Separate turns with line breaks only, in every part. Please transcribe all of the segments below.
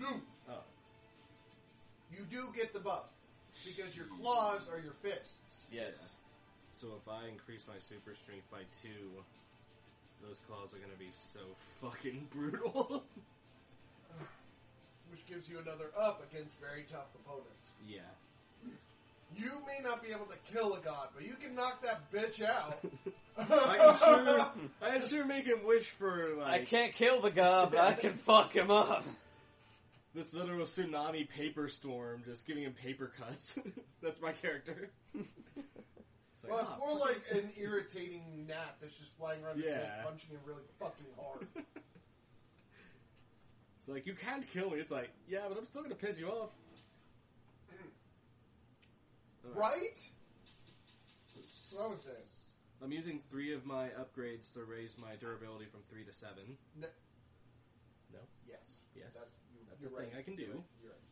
No.
Oh.
You do get the buff because your claws are your fists.
Yes.
So if I increase my super strength by two, those claws are gonna be so fucking brutal.
which gives you another up against very tough opponents.
yeah.
You may not be able to kill a god, but you can knock that bitch out.
I can sure, I can sure make him wish for like
I can't kill the guy, but I can fuck him up.
this literal tsunami paper storm, just giving him paper cuts. That's my character. It's like,
well, it's
ah,
more like an irritating gnat that's just flying around his
Yeah.
head, punching him really fucking hard.
It's like you can't kill me. It's like yeah, but I'm still gonna piss you off. Alright.
right? That's what I was saying.
I'm using three of my upgrades to raise my durability from three to seven.
No.
No?
Yes.
Yes.
That's, you,
That's
you're
a
right.
thing I can do.
You're right.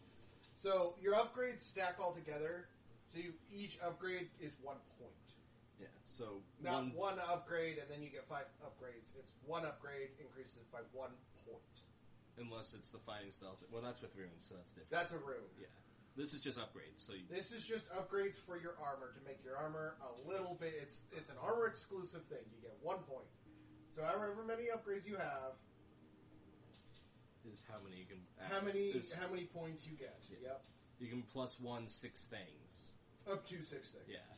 So your upgrades stack all together. So you, each upgrade is one point.
Yeah. So
Not
one-
one, upgrade, and then you get five upgrades. It's one upgrade increases by one point.
unless it's the fighting style. Well, that's with runes, so that's different.
That's a rune.
yeah. This is just upgrades. So you,
This is just upgrades for your armor to make your armor a little bit. It's it's an armor exclusive thing. You get one point. So however many upgrades you have,
is how many you can.
how many
is-
how many points you get.
Uh, Yeah.
Yep,
you can plus one six things.
up to six things.
Yeah.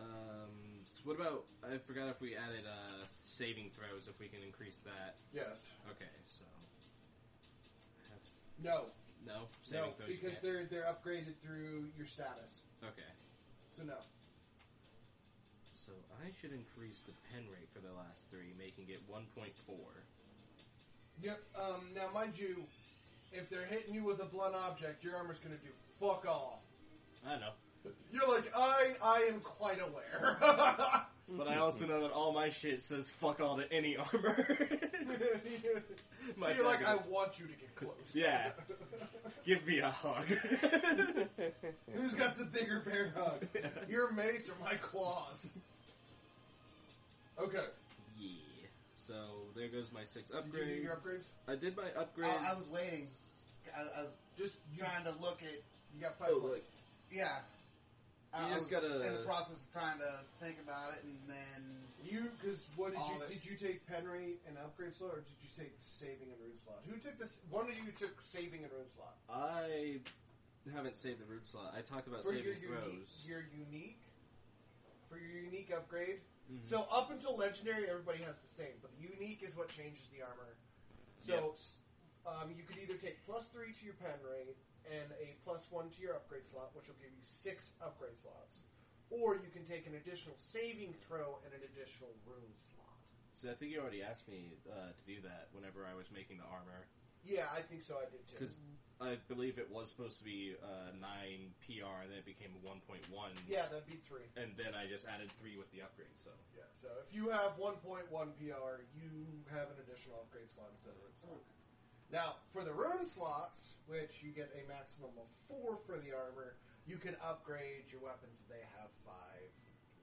Um. So what about? I forgot if we added uh saving throws. If we can increase that.
Yes.
Okay. So. I have-
No.
No saving
No.
throws. you
Because
can't.
they're they're upgraded through your status.
okay.
So no.
So I should increase the pen rate for the last three, making it one point four.
Yep. Um, now, mind you, if they're hitting you with a blunt object, your armor's going to do fuck all.
I don't know.
You're like, I, I am quite aware.
But I also know that all my shit says fuck all to any armor.
so
My
you're like, I
dagger.
want you to get close.
Yeah. Give me a hug.
Who's got the bigger bear hug? Your mace or my claws? Okay.
yeah. So there goes my six
Did you do
upgrades.
your Uh, upgrades?
I did my upgrades.
I, I was waiting. I, I was
Just you,
trying to look at.
you got five
Oh, look.
points.
Yeah. I,
You
I was
just gotta-
in the process of trying to think about it, and then
You, because what did
All
you
of it.
did you take Penry and upgrade slot, or did you take saving and rune slot? Who took this? One of you took saving and rune slot.
I haven't saved the root slot. I talked about
for your
saving
unique,
throws.
your unique for your unique upgrade.
Mhm.
So up until legendary, everybody has the same, but the unique is what changes the armor. So um, you could either take plus three to your pen rate and a plus one to your upgrade slot, which will give you six upgrade slots, or you can take an additional saving throw and an additional rune slot.
so I think you already asked me uh, to do that whenever I was making the armor.
Yeah, I think so. I did too.
Because I believe it was supposed to be uh, 9 PR, and then it became 1.1.
Yeah, that'd be three.
And then I just added 3 with the upgrade, so.
Yeah, so if you have 1.1 PR, you have an additional upgrade slot instead of rune slot. Now, for the rune slots, which you get a maximum of four for the armor, you can upgrade your weapons if they have five.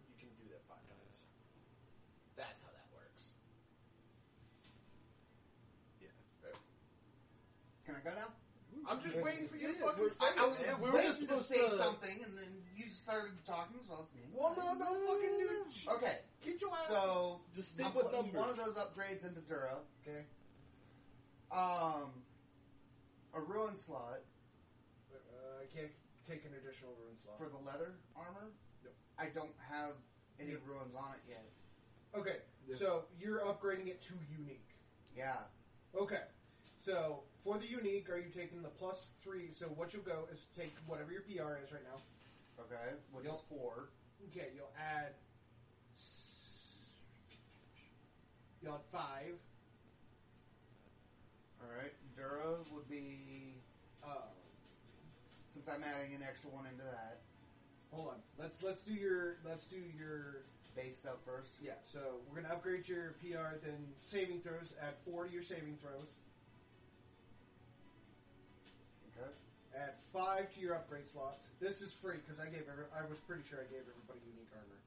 You can do that five times. That's how that works.
Yeah.
can I go now?
I'm just waiting for you to
Yeah,
fucking
we're-
say
I, I was
it.
we were
waiting
just
to
supposed
say
to-
something, and then you started talking, so I was being.
Well, no, don't fucking do it. Shh,
Okay,
Get your ass.
so
Just stick
I'm
with
putting
numbers.
One of those upgrades into Duro.
okay.
Um, a ruin slot
Uh, I can't take an additional rune slot.
for the leather armor.
Yep.
I don't have any
Yeah.
ruins on it yet.
Okay,
Yeah.
so you're upgrading it to unique.
Yeah.
Okay. So for the unique, are you taking the plus three? So what you'll go is take whatever your PR is right now.
Okay. Which
Yep.
is four.
Okay, you'll add. s- You'll add five.
All right. Duro would be
Uh,
since I'm adding an extra one into that
hold on. Let's let's do your let's do your
base stuff first.
yeah. So we're gonna upgrade your PR, then saving throws. Add four to your saving throws.
Okay.
Add five to your upgrade slots. This is free because I gave every, I was pretty sure I gave everybody unique armor.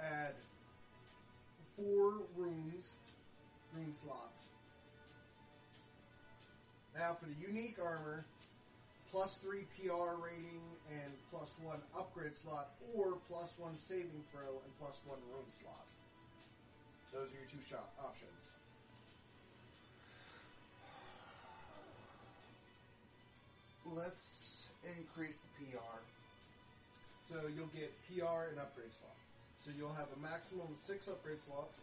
Add four runes. rune slots. Now for the unique armor, plus three PR rating and plus one upgrade slot, or plus one saving throw and plus one rune slot. Those are your two shot options.
Let's increase the PR.
So you'll get PR and upgrade slot. So you'll have a maximum of six upgrade slots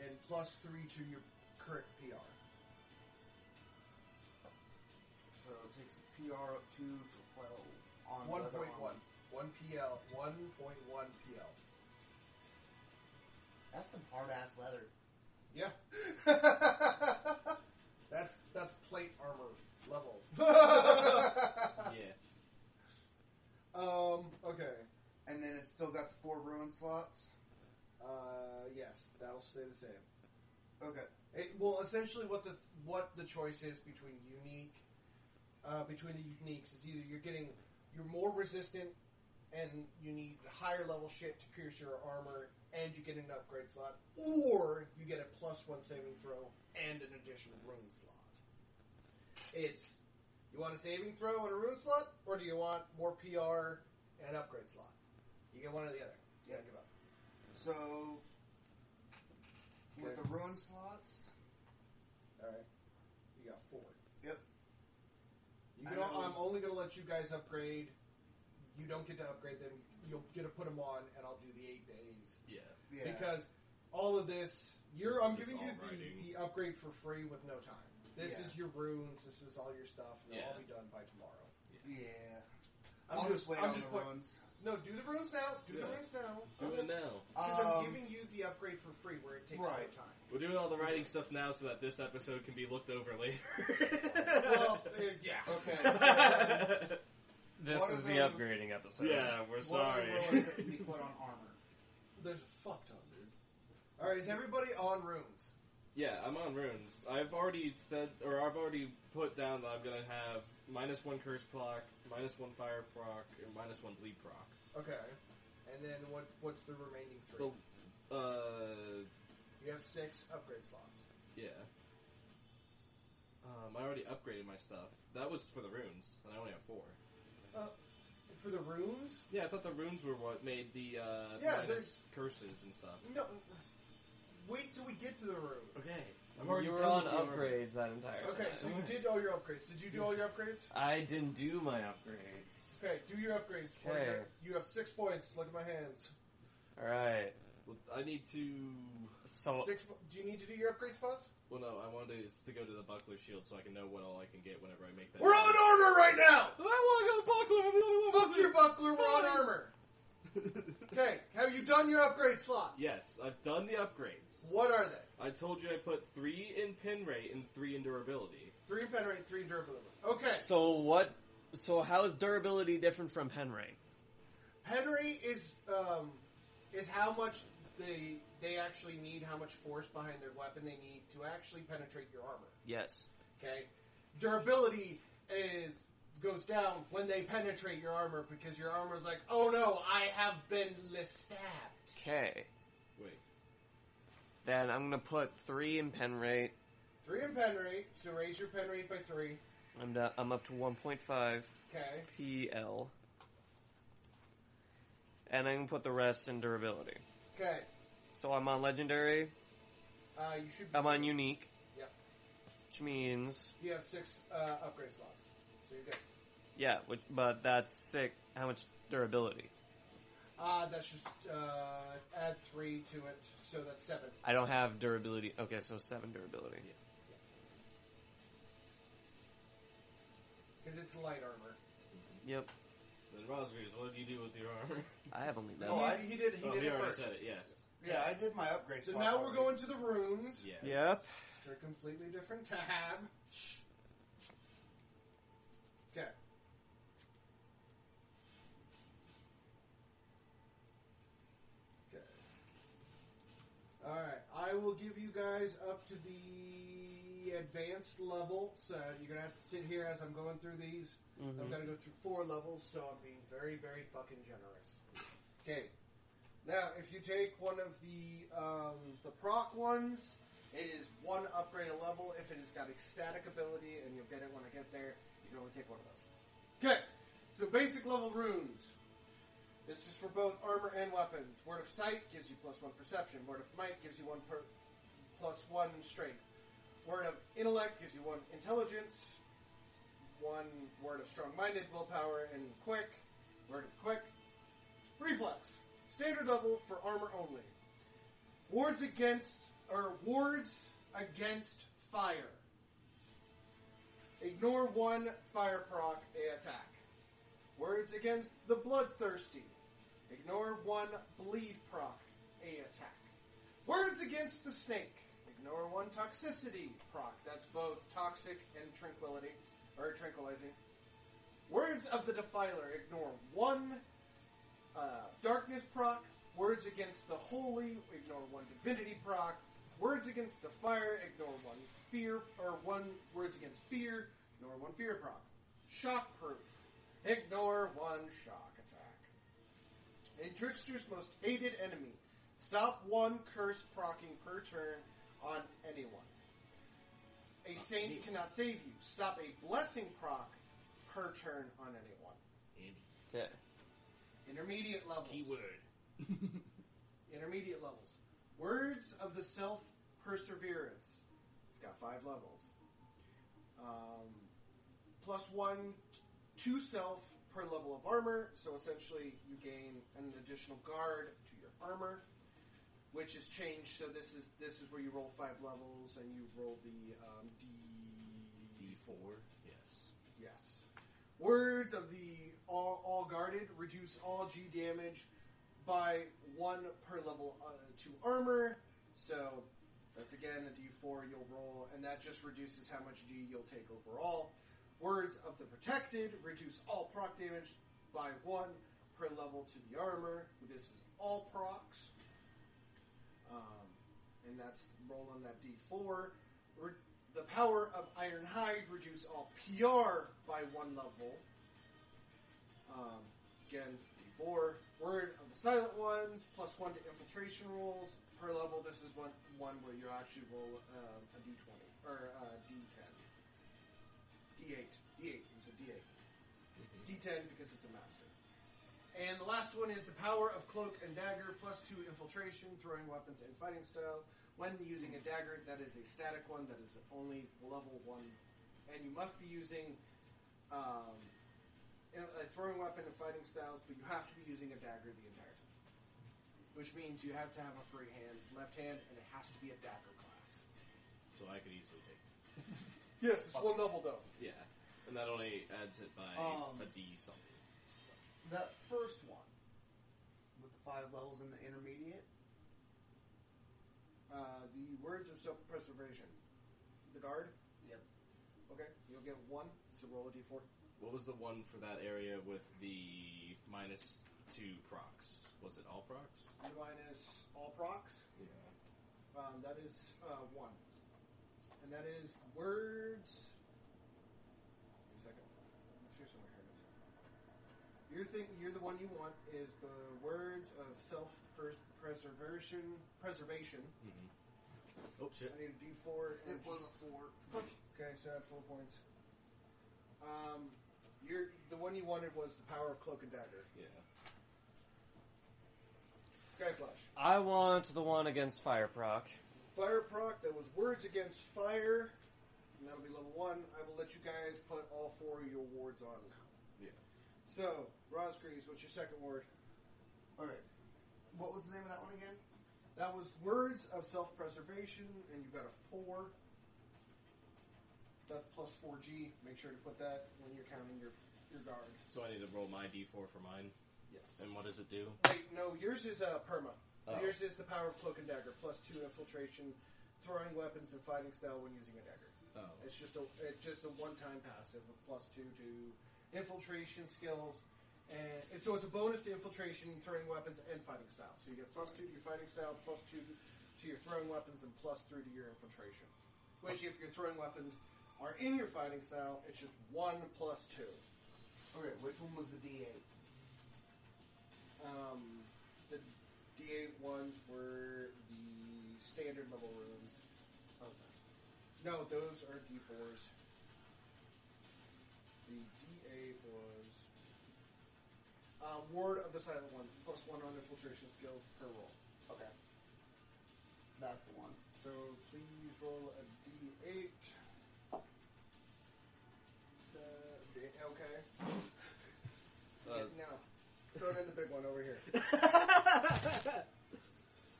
and plus three to your current PR.
So it takes the PR up to 12 on
One
leather
point one.
armor.
One PL. One point one PL.
That's some hard ass leather.
Yeah. That's that's plate armor level.
Yeah.
um, okay.
and then it's still got the four ruin slots.
Uh, yes, that'll stay the same.
Okay.
It, well, essentially, what the what the choice is between unique, uh, between the uniques is either you're getting you're more resistant, and you need higher level shit to pierce your armor, and you get an upgrade slot, or you get a plus one saving throw and an additional rune slot. It's you want a saving throw and a rune slot, or do you want more PR and upgrade slot? You get one or the other. You gotta give up.
So with
Okay.
the ruin slots,
All right, you got four.
Yep.
You
I
know,
know.
I'm only going to let you guys upgrade. You don't get to upgrade them. You'll get to put them on, and I'll do the eight days
Yeah.
yeah.
because all of this. You're.
This
I'm
is
giving
all
you
writing.
the, the upgrade for free with no time. This
Yeah.
is your runes. This is all your stuff. and It'll all
Yeah.
be done by tomorrow.
yeah.
I'm
I'll just, wait
I'm
on
just
the
wait-
ruins.
No, do the runes now. Do the
Yeah.
ruins now.
Do it now.
Because
Um,
I'm giving you the upgrade for free, where it takes
right.
no time.
We're doing all the writing stuff now so that this episode can be looked over later.
Well, it-
yeah.
Okay,
This
What
is
are
the
the-
upgrading episode.
yeah, we're
what are
sorry.
ruins that can be put on armor?
There's a fuck ton, dude. All right, is everybody on runes?
yeah, I'm on runes. I've already said, or I've already put down that I'm gonna have minus one curse proc, minus one fire proc, and minus one bleed proc.
Okay. And then what? What's the remaining three?
The, uh,
You have six upgrade slots.
yeah. Um, I already upgraded my stuff. That was for the runes, and I only have four.
For the runes?
Yeah, I thought the runes were what made the uh,
Yeah,
minus
there's-
curses and stuff.
No. Wait till we get to the runes.
Okay,
You were on upgrades that entire time.
Okay, so you did all your upgrades. Did you do all your upgrades?
I didn't do my upgrades.
Okay, do your upgrades.
Okay.
You have six points. Look at my hands.
Alright.
I need to. Oh.
So
Six. po- Do you need to do your upgrade spots?
Well, no, I wanted to, to go to the buckler shield so I can know what all I can get whenever I make that.
We're on armor right now.
I want
Fuck
to go to buckler.
your buckler. We're on armor. Okay. Have you done your upgrade slots?
yes, I've done the upgrades.
What are they?
I told you I put three in pin rate and three in durability.
Three in pen rate, three in durability. Okay.
so what so how is durability different from pen rate?
Henry is um, is how much they they actually need, how much force behind their weapon they need to actually penetrate your armor.
Yes.
Okay, durability is goes down when they penetrate your armor because your armor is like, oh no, I have been li- stabbed.
Okay.
Wait,
Then I'm gonna put three in pen rate.
Three in pen rate, so raise your pen rate by three.
I'm da- I'm up to 1.5
Okay,
PL. And I'm gonna put the rest in durability.
okay.
So I'm on legendary.
Uh, you should.
I'm on unique.
Yep.
Which means
You have six uh, upgrade slots, so you're good.
yeah, which, but that's sick. How much durability?
Uh, that's just uh, add three to it, so that's seven.
I don't have durability. Okay, so seven durability.
Because it's light armor.
Yep.
then Rosvers, what did you do with your armor?
I have only that.
Oh,
he,
I-
he did. He
oh,
did
we
it
already
first.
said it. Yes.
Yeah, I did my upgrade.
So
slots
now we're
already.
going to the runes.
Yeah.
Yep.
They're a completely different tab. Okay. Okay. All right. I will give you guys up to the advanced level. So you're gonna have to sit here as I'm going through these. So I'm
Mhm.
gonna go through four levels. So I'm being very, very fucking generous. Okay. Now, if you take one of the um, the proc ones, it is one upgrade a level if it has got ecstatic ability, and you'll get it when I get there. You can only take one of those. Okay, so basic level runes. This is for both armor and weapons. Word of sight gives you plus one perception. Word of might gives you one per, plus one strength. Word of intellect gives you one intelligence. One word of strong-minded, willpower, and quick. Word of quick. Reflex. Standard level for armor only. Wards against or wards against fire. Ignore one fire proc attack. Words against the bloodthirsty. Ignore one bleed proc a attack. Words against the snake. Ignore one toxicity proc. That's both toxic and tranquility or tranquilizing. Words of the defiler. Ignore one uh, darkness proc. Words against the holy. Ignore one divinity proc. Words against the fire. Ignore one fear or one words against fear. Ignore one fear proc. Shock proof. Ignore one shock attack. A trickster's most hated enemy. Stop one curse procking per turn on anyone. A saint cannot save you. Stop a blessing proc per turn on anyone.
Okay.
Intermediate levels. Intermediate levels. Words of the Self Perseverance. It's got five levels. Um, plus one, two self per level of armor. So essentially, you gain an additional guard to your armor, which is changed. So this is this is where you roll five levels and you roll the um, D
D four. Yes.
Yes. Words of the all, all guarded reduce all G damage by one per level uh, to armor. So that's again a D4 you'll roll, and that just reduces how much G you'll take overall. Words of the protected reduce all proc damage by one per level to the armor. This is all procs. Um, and that's rolling that D4. Re- the power of Ironhide reduce all PR by one level. Um, again, D4. Word of the Silent Ones, plus one to infiltration rolls per level. This is one one where you actually roll um, a D20 or uh, D10, D8, D8. It's a D8. D10 because it's a master. And the last one is the power of cloak and dagger, plus two infiltration, throwing weapons, and fighting style. When using a dagger, that is a static one. That is only level one, and you must be using um, a throwing weapon and fighting styles, but you have to be using a dagger the entire time. Which means you have to have a free hand, left hand, and it has to be a dagger class.
So I could easily take.
Yes, it's one level though.
Yeah, and that only adds it by
Um,
a D something.
That first one with the five levels in the intermediate.
Uh, the words of self-preservation. The guard.
Yep.
Okay, you'll get one. So roll a d4.
What was the one for that area with the minus two procs? Was it all procs?
minus all procs.
Yeah.
Um, that is uh, one, and that is words. Wait a second. It's here somewhere. Here it is. Your thing, you're the one you want is the words of self preservation. Preservation.
Mm-hmm. Oh shit.
I need a D4.
It
and-
was a four.
Okay, so I have four points. Um, you're the one you wanted was the power of cloak and dagger.
Yeah.
Sky flash.
I want the one against fire proc.
Fire proc that was words against fire, and that'll be level one. I will let you guys put all four of your wards on now.
Yeah.
So, Rosgreaves, what's your second word?
Alright. What was the name of that one again?
That was words of self preservation, and you got a four. That's plus four G. Make sure to put that when you're counting your your guard.
So I need to roll my D four for mine.
Yes.
And what does it do?
Wait, no, yours is uh, perma.
Oh.
Yours is the power of cloak and dagger, plus two infiltration, throwing weapons, and fighting style when using a dagger.
Oh.
It's just a it's just a one time passive of plus two to infiltration skills, and and so it's a bonus to infiltration, throwing weapons, and fighting style. So you get plus two to your fighting style, plus two to your throwing weapons, and plus three to your infiltration. Which, if your throwing weapons are in your fighting style, it's just one plus two.
Okay, which one was the D8?
Um, the D8 ones were the standard level runes. Okay. No, those are D4s. The D8 was um, Ward of the Silent Ones, plus one on infiltration skills per roll.
Okay. That's the one.
So please roll a D8. Uh, d- okay.
Uh,
no. Throw it in the big one over here.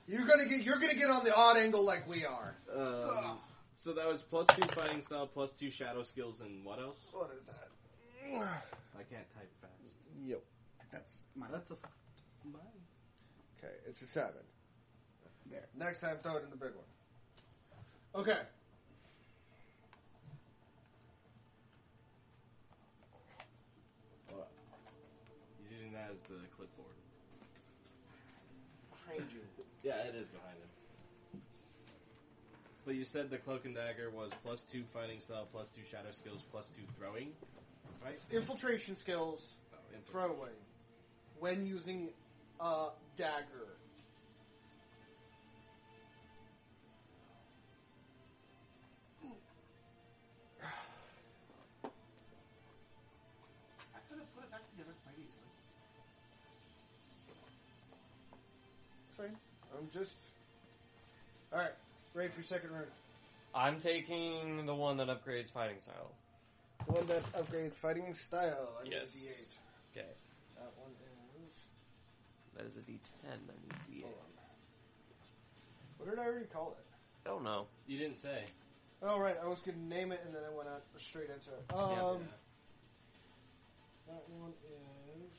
You're gonna get you're gonna get on the odd angle like we are.
um, so that was plus two fighting style, plus two shadow skills, and what else?
What is that?
I can't type fast.
Yep.
That's my.
That's a
Okay, it's a seven.
There.
Next time, throw it in the big one. Okay.
He's using that as the clipboard.
Behind you.
Yeah, it is behind him. But you said the cloak and dagger was plus two fighting style, plus two shadow skills, plus two throwing, right?
Infiltration skills,
Oh, info.
throwing, when using a dagger.
I could have put it back together quite easily.
I'm just. All right, ready for your second round.
I'm taking the one that upgrades fighting style.
The one that upgrades fighting style. I need a
Yes.
D8.
Okay,
That one is.
that is a D10. I need
Hold
D8.
on. What did I already call it?
Don't know.
You didn't say.
Oh right, I was gonna name it and then I went out straight into it. Um, that one is.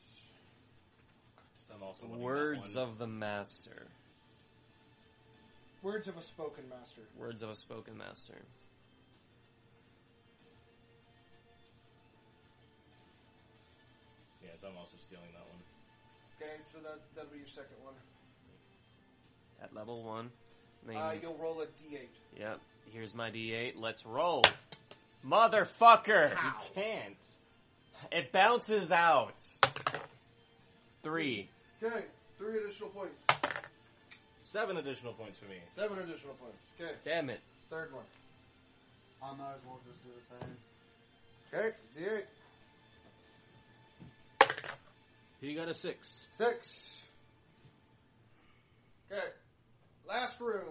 So I'm also looking at
Words
that
of the master.
Words of a Spoken Master.
Words of a spoken master.
one. Yes, I'm also stealing that one.
Okay, so that, that'll be your second one.
At level one. Name.
Uh, you'll roll a D8.
yep. Here's my D8. Let's roll. Motherfucker!
You can't.
It bounces out. Three.
Okay, three additional points.
Seven additional points for me.
Seven additional points. Okay,
Damn it.
third one.
I might as well just do the same.
Okay, D8.
He got a six.
Six. Okay, last room.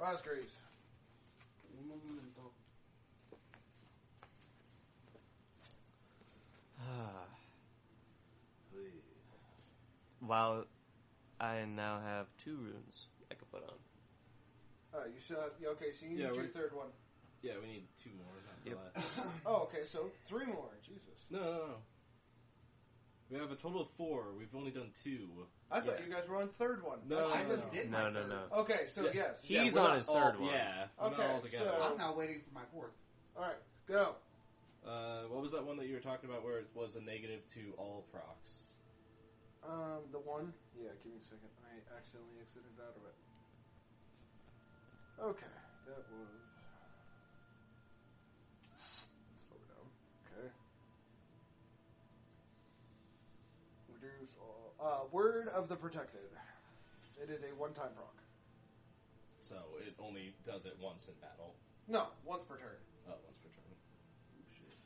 Rosgreaves.
Un momento.
wow. I now have two runes I could put on.
Oh, you still have, yeah, okay, so you need
Yeah,
your
we're-
third one.
Yeah, we need two more. Not
Yep.
the last.
Oh, okay, so three more. Jesus.
No, no, no. We have a total of four. We've only done two.
I thought
Yeah.
you guys were on third one.
No,
I
no,
just
no.
did.
No, no, no.
Okay, so
Yeah.
yes.
He- He's
we're
on
not
his
all-
third one.
Yeah. we're not
Okay,
all together.
so-
I'm now waiting for my fourth.
All right, go.
Uh, what was that one that you were talking about where it was a negative to all procs?
Um, the one. Yeah, give me a second. I accidentally exited out of it. Okay, that was. Slow down. Okay. Reduce all. Uh, Word of the Protected. It is a one-time proc.
So it only does it once in battle.
No, once per turn.
Uh, once per turn. Oh, shit.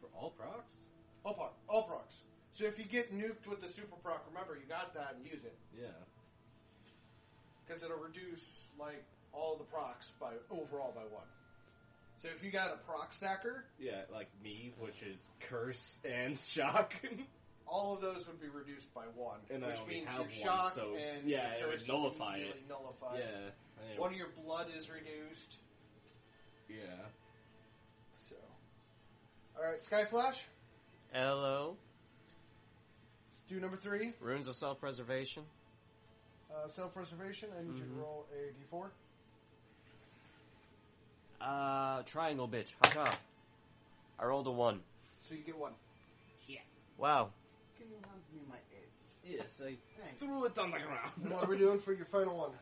For all procs?
All proc. All procs. So if you get nuked with the super proc, remember you got that and use it
Yeah.
because it'll reduce like all the procs by overall by one. So if you got a proc stacker,
Yeah, like me, which is curse and shock.
all of those would be reduced by one,
And I
which
only
means
have
your
one,
shock
so-
and
yeah,
your
it would
curse is
nullify it.
immediately Nullified.
yeah. I know.
One of your blood is reduced.
Yeah.
So, all right, Skyflash,
LO.
let's do number three,
Runes of self preservation.
uh, self-preservation. I need you
Mm-hmm.
Mhm.
to roll a d4.
Uh, triangle bitch. Haha. I rolled a one.
So you get one.
Wow.
Can you hand me my eights?
Yes, I
Thanks.
threw it on the ground.
And what are we doing for your final one?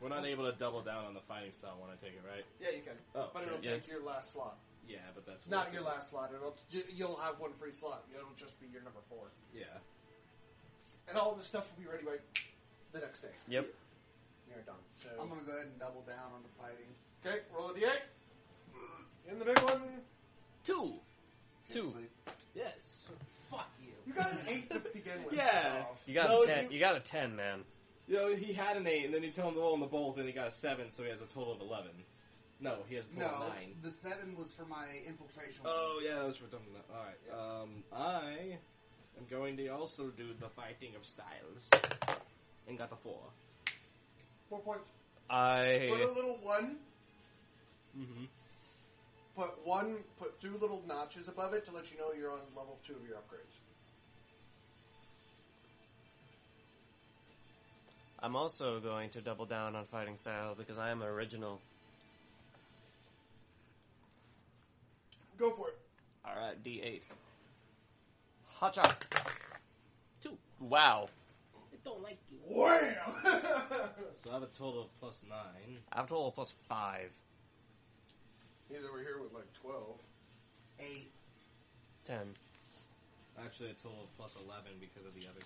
We're not able to double down on the fighting style when I take it, right?
Yeah, you can,
Oh,
but
shit,
it'll
yeah.
take your last slot.
Yeah, but that's
Not
worth
your
it.
last slot. It'll ju- you'll have one free slot. It'll just be your number four,
Yeah.
and all the stuff will be ready by the next day.
Yep.
You're done. So
I'm gonna go ahead and double down on the fighting.
okay, roll a d8. In the big one,
Two. Two.
Seriously.
Yes.
Fuck you.
you got an eight to begin with.
Yeah.
You got
No,
a ten.
you-
You... got a ten, man.
You know, he had an eight, and then you tell him to roll on the both, and he got a seven, so he has a total of eleven. No, he has a total
No,
of nine.
the seven was for my infiltration.
Oh yeah, that was redundant. All right. Um, I am going to also do the fighting of styles, and got the four.
Four points. Put a
I.
little one.
Mm-hmm.
Put one. Put two little notches above it to let you know you're on level two of your upgrades.
I'm also going to double down on fighting style because I am original.
Go for it.
All right, D8. Hot shot. Two. Wow.
Wham!
So I have a total of plus nine.
I have a total of plus five.
He's over here with like twelve.
Eight.
Ten.
Actually, a total of plus eleven because of the other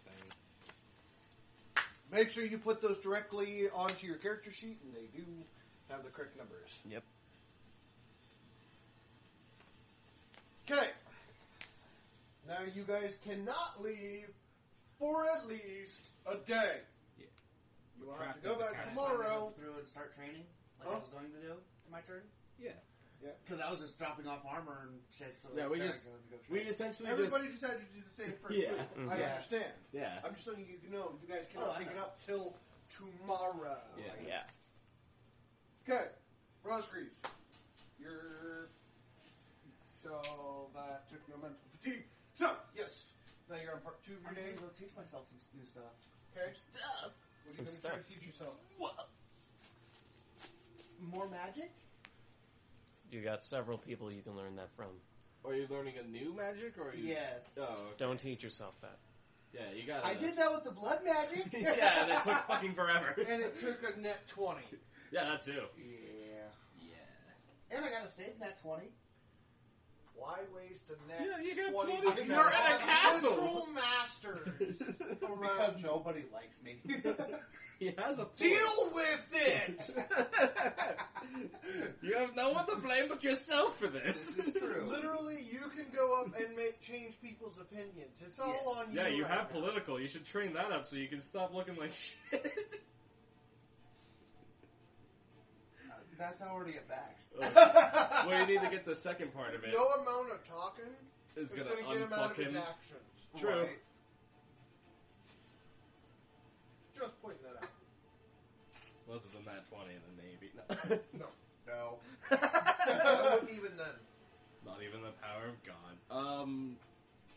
thing.
Make sure you put those directly onto your character sheet, and they do have the correct numbers.
Yep.
Okay. Now you guys cannot leave for at least a day.
Yeah.
You
We're
will have to
trapped
go
in the
back
castle.
tomorrow.
Through and start training, like
Huh?
I was going to do in my turn.
Yeah.
Because I was just dropping off armor and shit. So
Yeah, we
that I
just-
could go train.
We essentially
Everybody decided to do the same first
Yeah.
week.
Mhm.
I
Yeah.
understand.
just yeah
I'm just letting you know you guys
Oh,
cannot
I
pick it
know.
up till tomorrow.
Yeah.
Yeah.
Okay. Rosgreaves. You're so that took no mental fatigue. So yes. Now you're on part two of
I'm
your
gonna
day.
go teach myself some new stuff.
Okay. What
Stuff.
are
Some
you gonna try
stuff.
to teach yourself?
More magic.
You got several people you can learn that from.
Are you learning a new magic, or are you...
Yes.
Oh, okay.
Don't teach yourself that.
Yeah, you got.
I did that with the blood magic.
yeah, and it took fucking forever.
and it took a net twenty.
yeah, that too.
Yeah.
Yeah.
And I got a save in that twenty.
Why waste a net?
Yeah, you got
20.
20. You're in a castle.
Literal masters.
Because nobody likes me.
he has a point.
Deal with it.
you have no one to blame but yourself for this.
This is true.
Literally, you can go up and make change people's opinions. It's all
Yes.
on you.
Yeah, you
right
have
now.
political. You should train that up so you can stop looking like shit.
That's already a fax.
well, you need to get the second part of it.
No amount of talking
it's
is
gonna,
going to get him out of his
unfucking.
actions.
True.
Right.
Just pointing that out.
Was it the nat twenty and the navy? No.
No,
Not
even then.
even the power of God. Um,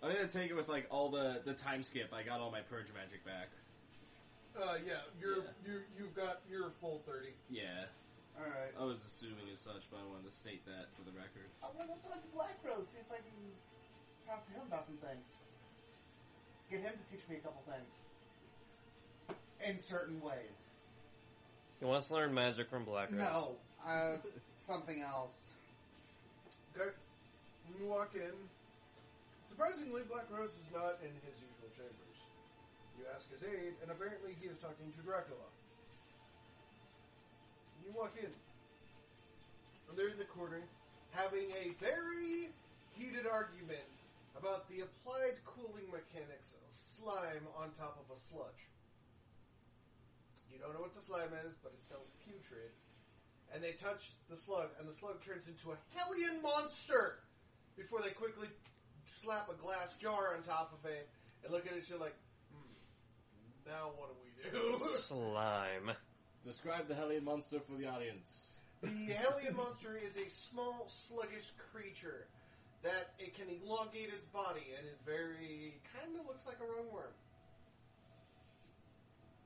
I'm gonna take it with like all the the time skip. I got all my purge magic back.
Uh, yeah, you're
Yeah.
you you've got your full thirty.
Yeah,
All right.
I was assuming as such, but I wanted to state that for the record.
I'm gonna go talk to Black Rose. See if I can talk to him about some things. Get him to teach me a couple things. In certain ways.
He wants to learn magic from Black Rose.
No. Uh, something else.
Okay. When you walk in, surprisingly, Black Rose is not in his usual chambers. You ask his aide, and apparently he is talking to Dracula. You walk in, and they're in the corner having a very heated argument about the applied cooling mechanics of slime on top of a sludge. You don't know what the slime is, but it sounds putrid and they touch the slug, and the slug turns into a hellion monster before they quickly slap a glass jar on top of it and look at it you like, hmm, now what do we do?
Slime.
Describe the Hellion monster for the audience.
the hellion monster is a small, sluggish creature that it can elongate its body and is very, kind of looks like a rungworm.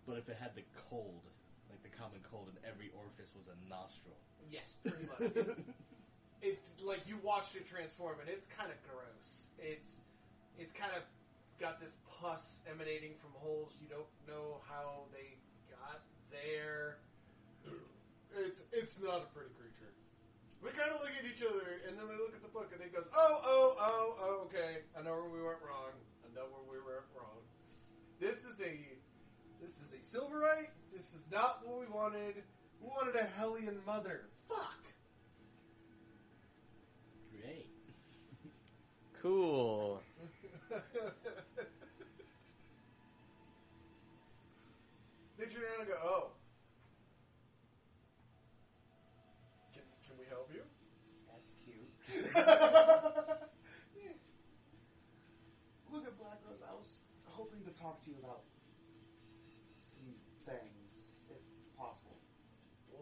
But if it had the cold, like the common cold, and every orifice was a nostril.
Yes, pretty much. it, it like you watched it transform, and it's kind of gross. It's it's kind of got this pus emanating from holes. You don't know how they got there. It's it's not a pretty creature. We kind of look at each other, and then we look at the book, and he goes, "Oh, oh, oh, oh, okay. I know where we went wrong. I know where we went wrong. This is a, this is a silverite. This is not what we wanted. We wanted a Hellion mother. Fuck.
Great.
Cool.
they turn around and go, "Oh, can can we help you?"
That's cute. Look at Black Rose. I was hoping to talk to you about some things, if possible.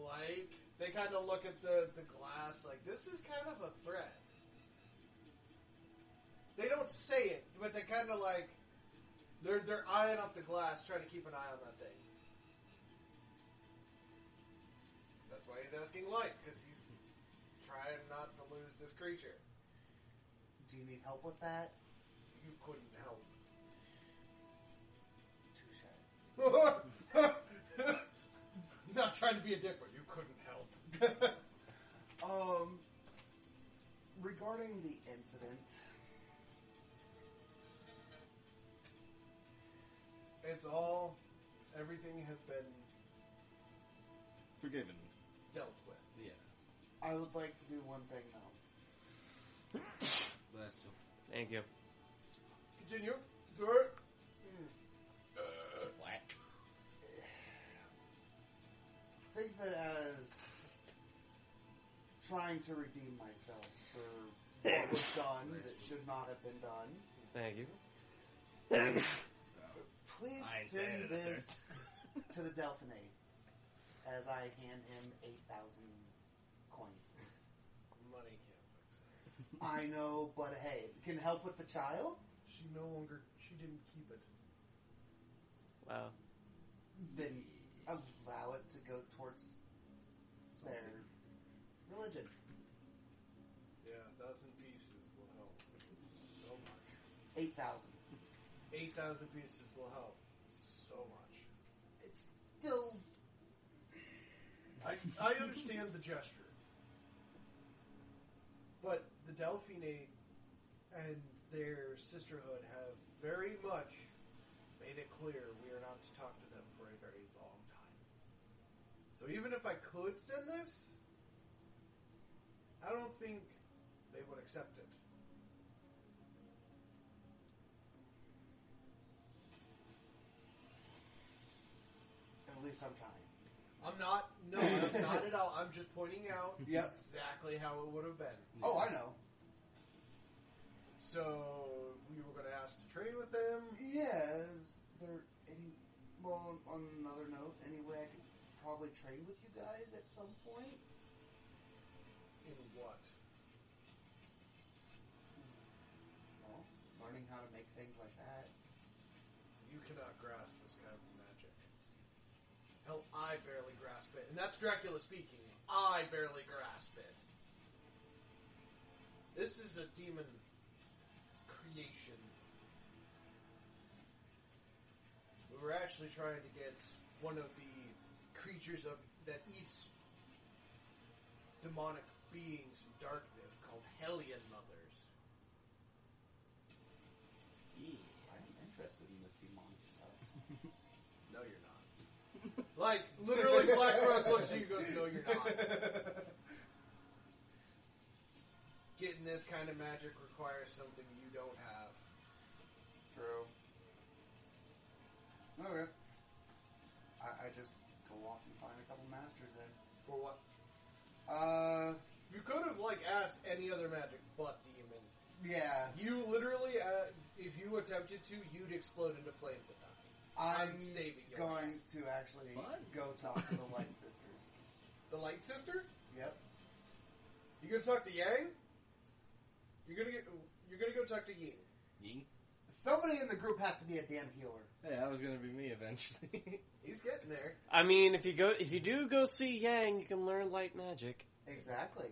Like they kind of look at the the glass, like this is kind of a threat. They don't say it, but they kind of like they're they're eyeing up the glass, trying to keep an eye on that thing. That's why he's asking light because he's trying not to lose this creature.
Do you need help with that?
You couldn't help.
Touche.
not trying to be a dick, but you couldn't help.
Um, regarding the incident,
it's all everything has been
Forgiven.
dealt with.
Yeah.
I would like to do one thing though.
Last two.
Thank you.
Continue. It's all right.
Think of it as trying to redeem myself for what was done that should not have been done.
Thank you.
Please
I ain't saying
send
it up there.
this to the Delphinate as I hand him 8,000 coins.
Money can't fix this.
I know, but hey, can help with the child?
She no longer. She didn't keep it.
Wow.
Then allow it to go towards their religion.
Yeah, a thousand pieces will help. So much.
8,000.
Eight thousand pieces will help. So much.
It's still
I, I understand the gesture. But the Delphinate and their sisterhood have very much made it clear we are not to talk to them for a very long time. So even if I could send this, I don't think they would accept it.
At least I'm trying.
I'm not, no, I'm not at all. I'm just pointing out
Yep.
exactly how it would have been.
Oh, I know.
So we were going to ask to trade with them.
Yeah, is there any? Well, on another note, any way I could probably trade with you guys at some point?
In what?
Well, learning how to make things like that.
You cannot grasp this kind of magic. Hell, I barely grasp it. And that's Dracula speaking. I barely grasp it. This is a demon creation. We were actually trying to get one of the creatures of that eats demonic beings in darkness called Hellion Mothers.
I'm interested in this demonic stuff.
No, you're not. Like literally, Black Rose looks at you and goes, "No, you're not." Getting this kind of magic requires something you don't have.
True. Okay. I, I just go off and find a couple masters then.
For what?
Uh,
You could have like asked any other magic but demon.
yeah.
You literally, uh, if you attempted to, you'd explode into flames at that.
I'm,
I'm saving your
going
ass.
to actually go talk to the Light Sisters.
The Light Sister?
Yep.
You gonna talk to Yang? You're gonna get. You're gonna go talk to Ying.
Somebody in the group has to be a damn healer.
Hey, that was gonna be me eventually.
He's getting there.
I mean, if you go, if you do go see Yang, you can learn light magic.
Exactly.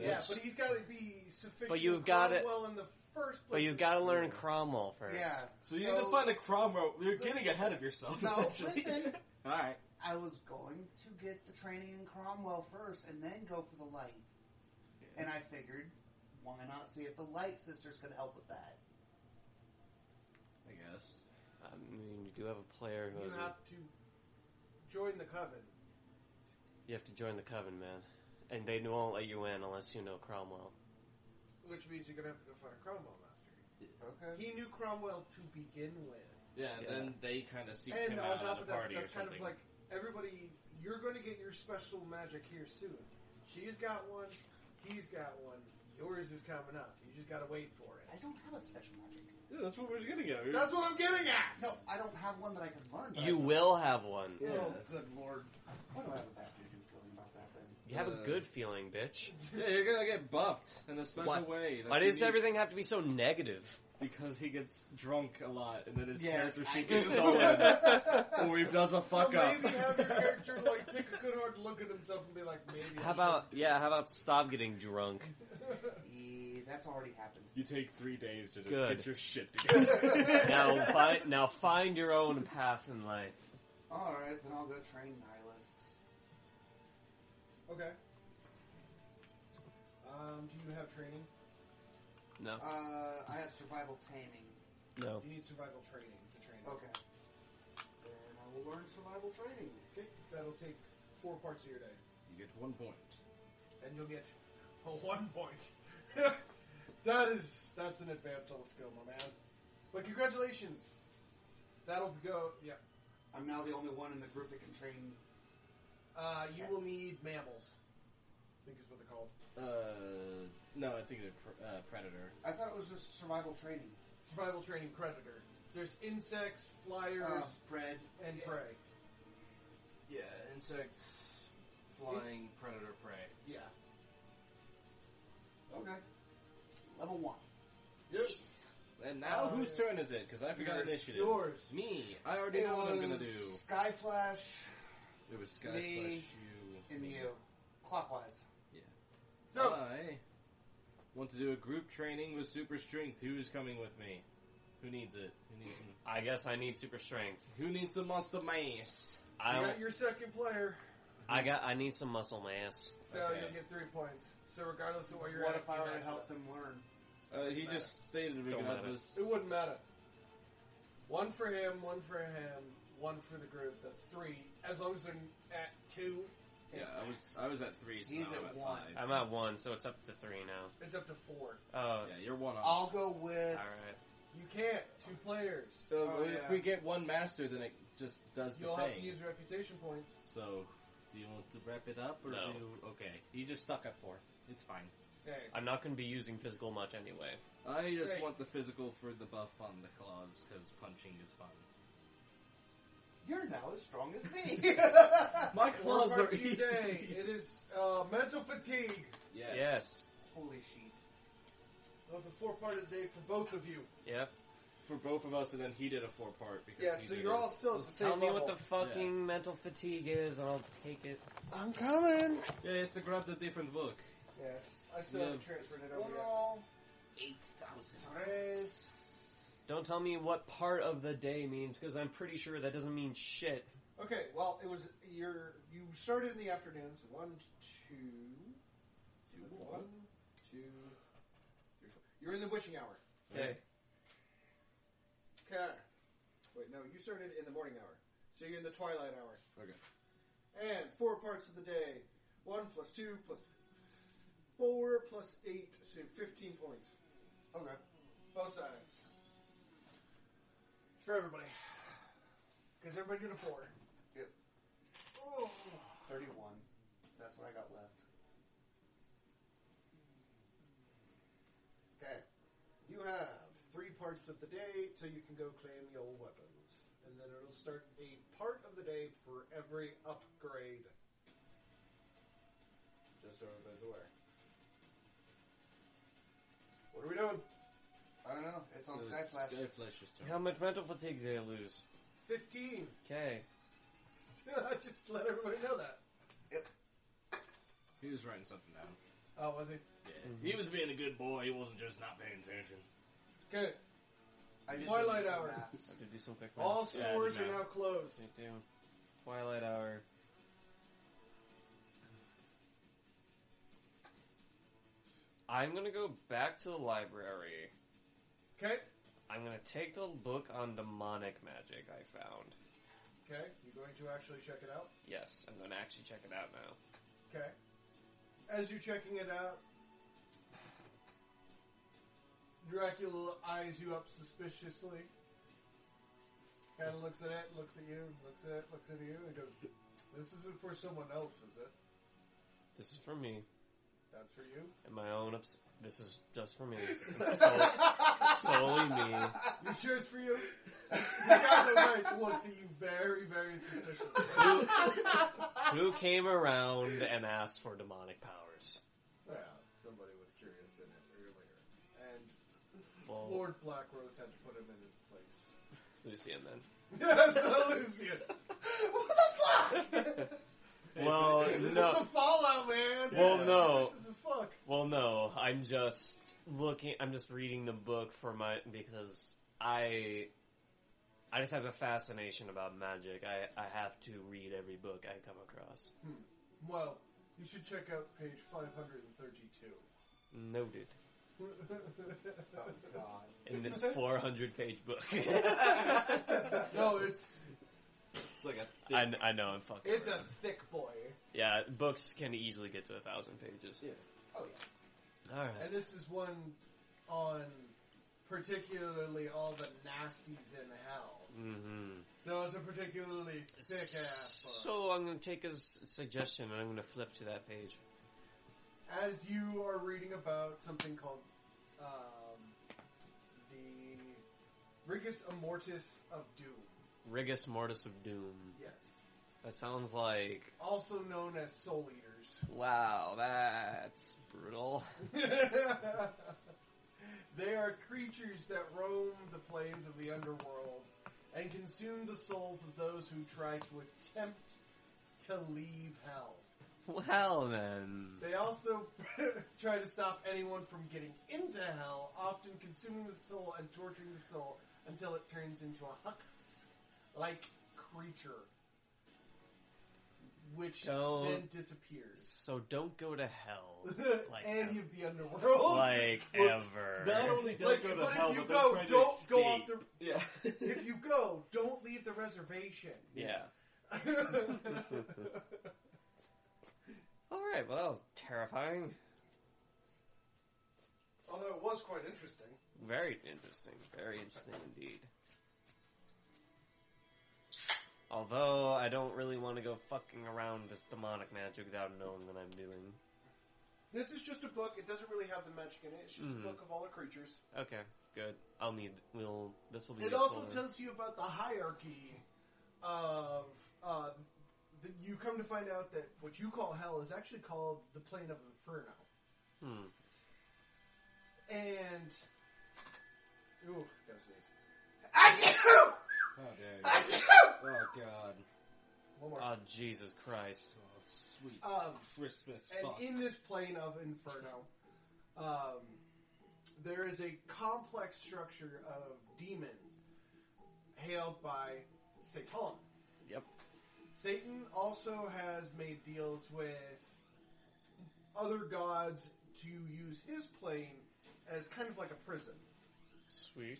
Yeah, but he's got to be sufficient.
But you've gotta-
well in the first.
But
place
you've got to learn Cromwell first.
Yeah.
So you need to find a Cromwell. You're getting ahead of yourself.
No,
essentially.
listen.
All right.
I was going to get the training in Cromwell first, and then go for the light. And I figured, why not see if the Light Sisters could help with that?
I guess.
I mean, you do have a player who
You
has. A,
have to join the coven.
you have to join the coven, man, and they won't let you in unless you know Cromwell.
Which means you're gonna have to go find a Cromwell master.
Okay.
He knew Cromwell to begin with,
Yeah, and
Yeah.
then they kind of seek
and
him
on top
out
of
at a
that,
party
that's
or
kind
something.
of like everybody. You're going to get your special magic here soon. She's got one. He's got one. Yours is coming up. You just got to wait for
I
it.
don't have a special magic.
yeah, that's what we're gonna get.
That's what I'm getting at.
No, I don't have one that I can learn. that
You
I-
will have one.
Oh,
Yeah.
good lord. What do I have a bad vision feeling about that then?
You have a
Uh,
good feeling, bitch.
yeah, you're gonna get buffed in a special
Why-
way. that
Why
you
does
need-
everything have to be so negative?
Because he gets drunk a lot, and then his
Yes,
character
I
sheet
do.
gets stolen, or he does a fuck
so
up.
maybe have your character like take a good hard look at himself and be like, maybe. I
How about yeah? How about stop getting drunk?
shouldn't.
Yeah, Eh, that's already happened.
You take three days to just
Good.
get your shit together.
Now find now find your own path in life.
Alright, then I'll go train Nihilus.
okay. Um, do you have training?
No,
Uh, I have survival taming.
no.
You need survival training to train.
Okay. Then I will learn survival training.
Okay, that'll take four parts of your day.
you get one point.
and you'll get a one point. that is that's an advanced level skill, my man. But congratulations. That'll go. Yeah.
I'm now the only one in the group that can train.
Uh, you will need mammals. I think is what they're called.
Uh, no, I think they're pr- uh, predator.
I thought it was just survival training.
Survival training predator. There's insects, flyers,
Uh, bread.
and prey.
Yeah, insects,
flying,
predator, prey.
Yeah.
Okay. Level one. Jeez.
And now
Oh,
whose
yeah.
turn is it? Because I forgot
Yours.
initiative.
Yours.
Me. I already
It
know what I'm gonna
was
do.
Sky Flash
It was Sky
me
Flash, you,
and
me.
you. Clockwise.
So
I want to do a group training with super strength. Who's coming with me? Who needs it? Who needs some,
I guess I need super strength.
who needs some monster mass?
I
you
don't.
got your second player,
I got. I need some muscle mass.
so
Okay.
you get three points. So regardless of what you're
What
at,
if I
you
already
match
helped
that.
them learn?
Uh, he
matter.
just stated we
Don't
could have
matter.
this.
It wouldn't matter. One for him, one for him, one for the group. That's three. As long as they're at two,
Yeah, I was I was at three. So
He's
now
at
I'm at
one.
Five.
I'm at one, so it's up to three now.
it's up to four.
Oh,
Yeah, you're one off.
I'll go with.
all
You can't. Two players.
So
Oh,
if
yeah.
we get one master, then it just does the
You'll
thing.
have to use reputation points.
So, do you want to wrap it up or
No.
do you, okay? You just stuck at four. It's fine.
Okay.
I'm not going to be using physical much anyway.
I just
Great.
want the physical for the buff on the claws because punching is fun.
You're now as strong as me.
My
Four
claws are
parts
easy.
each day. It is uh, mental fatigue.
Yes.
Yes.
Holy sheet.
That was a four part of the day for both of you.
Yep.
For both of us, and then he did a four part because
Yeah.
he
So
did
you're
it.
all still at the
Just
same
tell me
level.
what the fucking mental fatigue is, and I'll take it.
I'm coming.
Yeah, you have to grab the different book.
Yes. I still
Yeah.
haven't transferred it over yet.
Uno,
Eight thousand.
tres.
Don't tell me what part of the day means, because I'm pretty sure that doesn't mean shit.
Okay. Well, it was your. You started in the afternoons. One, two, two, one, two, three, four. You're in the witching hour.
Okay.
Okay. Wait, no, you started in the morning hour. So you're in the twilight hour.
Okay.
And four parts of the day. One plus two plus four plus eight, so fifteen points.
Okay.
Both sides. It's for everybody. Because everybody did a four.
Yep.
Oh.
31. That's what I got left.
Okay. You have three parts of the day till you can go claim your weapons. And then it'll start a part of the day for every upgrade. Just so everybody's aware. What are we doing?
I don't know. It's on Sky Flash.
Oh, Sky Flash's turn.
How much mental fatigue did I lose?
15.
Okay.
Just let everybody know that.
He was writing something down.
Oh, was he?
Yeah. He was being a good boy. He wasn't just not paying attention.
Good.
I just
Twilight
did the
hour.
math.
I have to do some quick
All
maths.
Yeah, I
stores
did
are
math.
now closed.
They do. Twilight Hour. I'm gonna go back to the library.
Okay.
I'm gonna take the book on demonic magic I found.
Okay. You going to actually check it out?
Yes, I'm gonna actually check it out now.
Okay. As you're checking it out, Dracula eyes you up suspiciously. Kind of looks at it, looks at you, looks at it, looks at you, and goes, "This isn't for someone else, is it?
This is for me
That's for you."
and my own. Ups- this is just for me. It's sol- solely me.
You sure it's for you? The guy in the right looks at you very, very suspiciously.
Who, who came around and asked for demonic powers?
Yeah, somebody was curious in it earlier. And
Well,
Lord Blackrose had to put him in his place.
Lucian then.
Yes, Lucian. what the fuck?
Well,
This is
Oh, no.
the Fallout, man.
Well,
Yeah.
no.
This is the fuck.
Well, no. I'm just looking. I'm just reading the book for my because I, I just have a fascination about magic. I I have to read every book I come across.
Well, you should check out page 532.
Noted
Oh, God.
in this 400 page book.
no, it's
It's like a
I, I know I'm fucking.
it's a
around.
thick boy,
yeah. Books can easily get to a thousand pages.
Yeah.
Oh,
All right.
and this is one on particularly all the nasties in hell.
Mm-hmm.
So it's a particularly thick ass book.
So I'm gonna take his suggestion and I'm gonna flip to that page.
as you are reading about something called um, the Rigus Mortis of Doom.
Rigus Mortis of Doom.
Yes.
That sounds like
Also known as Soul Eaters.
wow. That's brutal.
they are creatures that roam the plains of the underworld and consume the souls of those who try to attempt to leave hell.
Well then.
They also try to stop anyone from getting into hell, often consuming the soul and torturing the soul until it turns into a hux-like creature, which
Don't-
then disappears.
So don't go to hell. Like
Any of the underworld.
Like
Well,
ever.
Not only don't
Like,
go to
but if
hell,
you
but they're
go,
trying to
don't go off
escape. Yeah.
if you go, don't leave the reservation.
yeah. All right. Well, that was terrifying.
Although it was quite interesting.
Very interesting. Very interesting indeed. Although I don't really want to go fucking around this demonic magic without knowing what I'm doing.
This is just a book. It doesn't really have the magic in it. It's just
Mm-hmm.
Mhm.
a book of all the creatures.
Okay, good. I'll need. We'll. This will be.
It
useful
also
then.
tells you about the hierarchy of. Uh, that you come to find out that what you call hell is actually called the plane of inferno,
Hmm.
and ooh, gotta sneeze.
How dare Oh, you.
Achoo!
Oh god.
One more.
Oh Jesus Christ!
Oh, sweet
Um,
Christmas
and
fuck.
in this plane of inferno, um, there is a complex structure of demons hailed by Satan.
Yep.
Satan also has made deals with other gods to use his plane as kind of like a prison.
Sweet.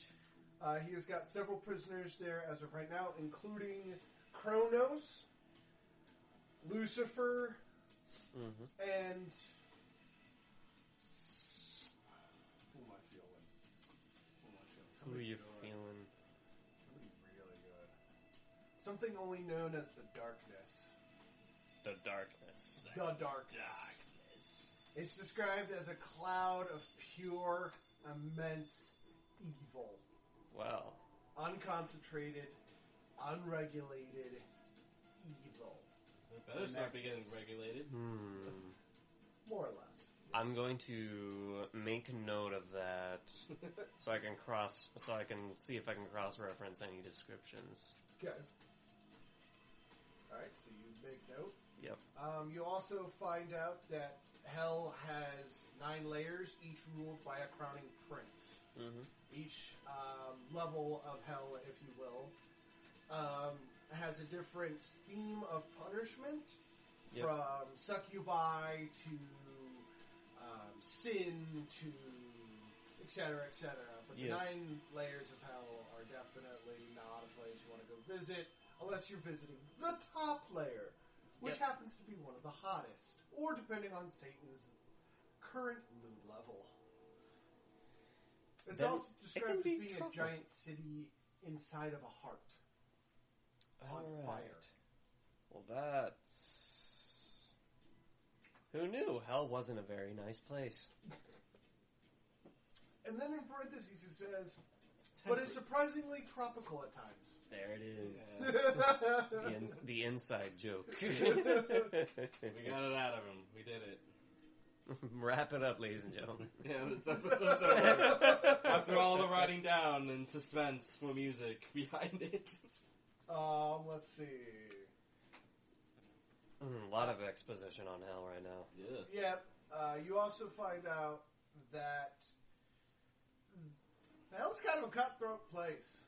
Uh, he has got several prisoners there as of right now, including Kronos, Lucifer,
Mm-hmm.
and. Who am I feeling? Who am I feeling?
Who are
Somebody
you
good.
feeling?
Somebody really good. Something only known as the darkness.
The darkness.
The darkness. It's described as a cloud of pure, immense evil,
Wow.
unconcentrated, unregulated evil,
It better start be getting
Nexus.
regulated.
Hmm.
more or less.
I'm going to make note of that, so I can cross. So I can see if I can cross-reference any descriptions.
Okay. All right, so you make note.
Yep.
Um, you also find out that hell has nine layers, each ruled by a crowning prince.
Mm-hmm.
each um, level of hell, if you will, um, has a different theme of punishment
Yep.
from succubi to um, sin to etc. etc. But
Yeah.
the nine layers of hell are definitely not a place you want to go visit unless you're visiting the top layer, which happens to be one of the hottest, or depending on Satan's current mood level. It's
Then
also
can
described as
be
being a
trouble.
giant city inside of a heart on
Alright.
fire.
Well, that's. Who knew? Hell wasn't a very nice place.
And then in parentheses it says, but it's surprisingly tropical at times.
There it is. The,
yeah.
ins the inside joke.
We got it out of him. We did it.
Wrap it up, ladies and gentlemen.
Yeah, this episode's over. After all the writing down and suspense for music behind it.
Um, let's see.
Mm, a lot of exposition on hell right now.
Yeah.
Yep. Uh, you also find out that hell's kind of a cutthroat place.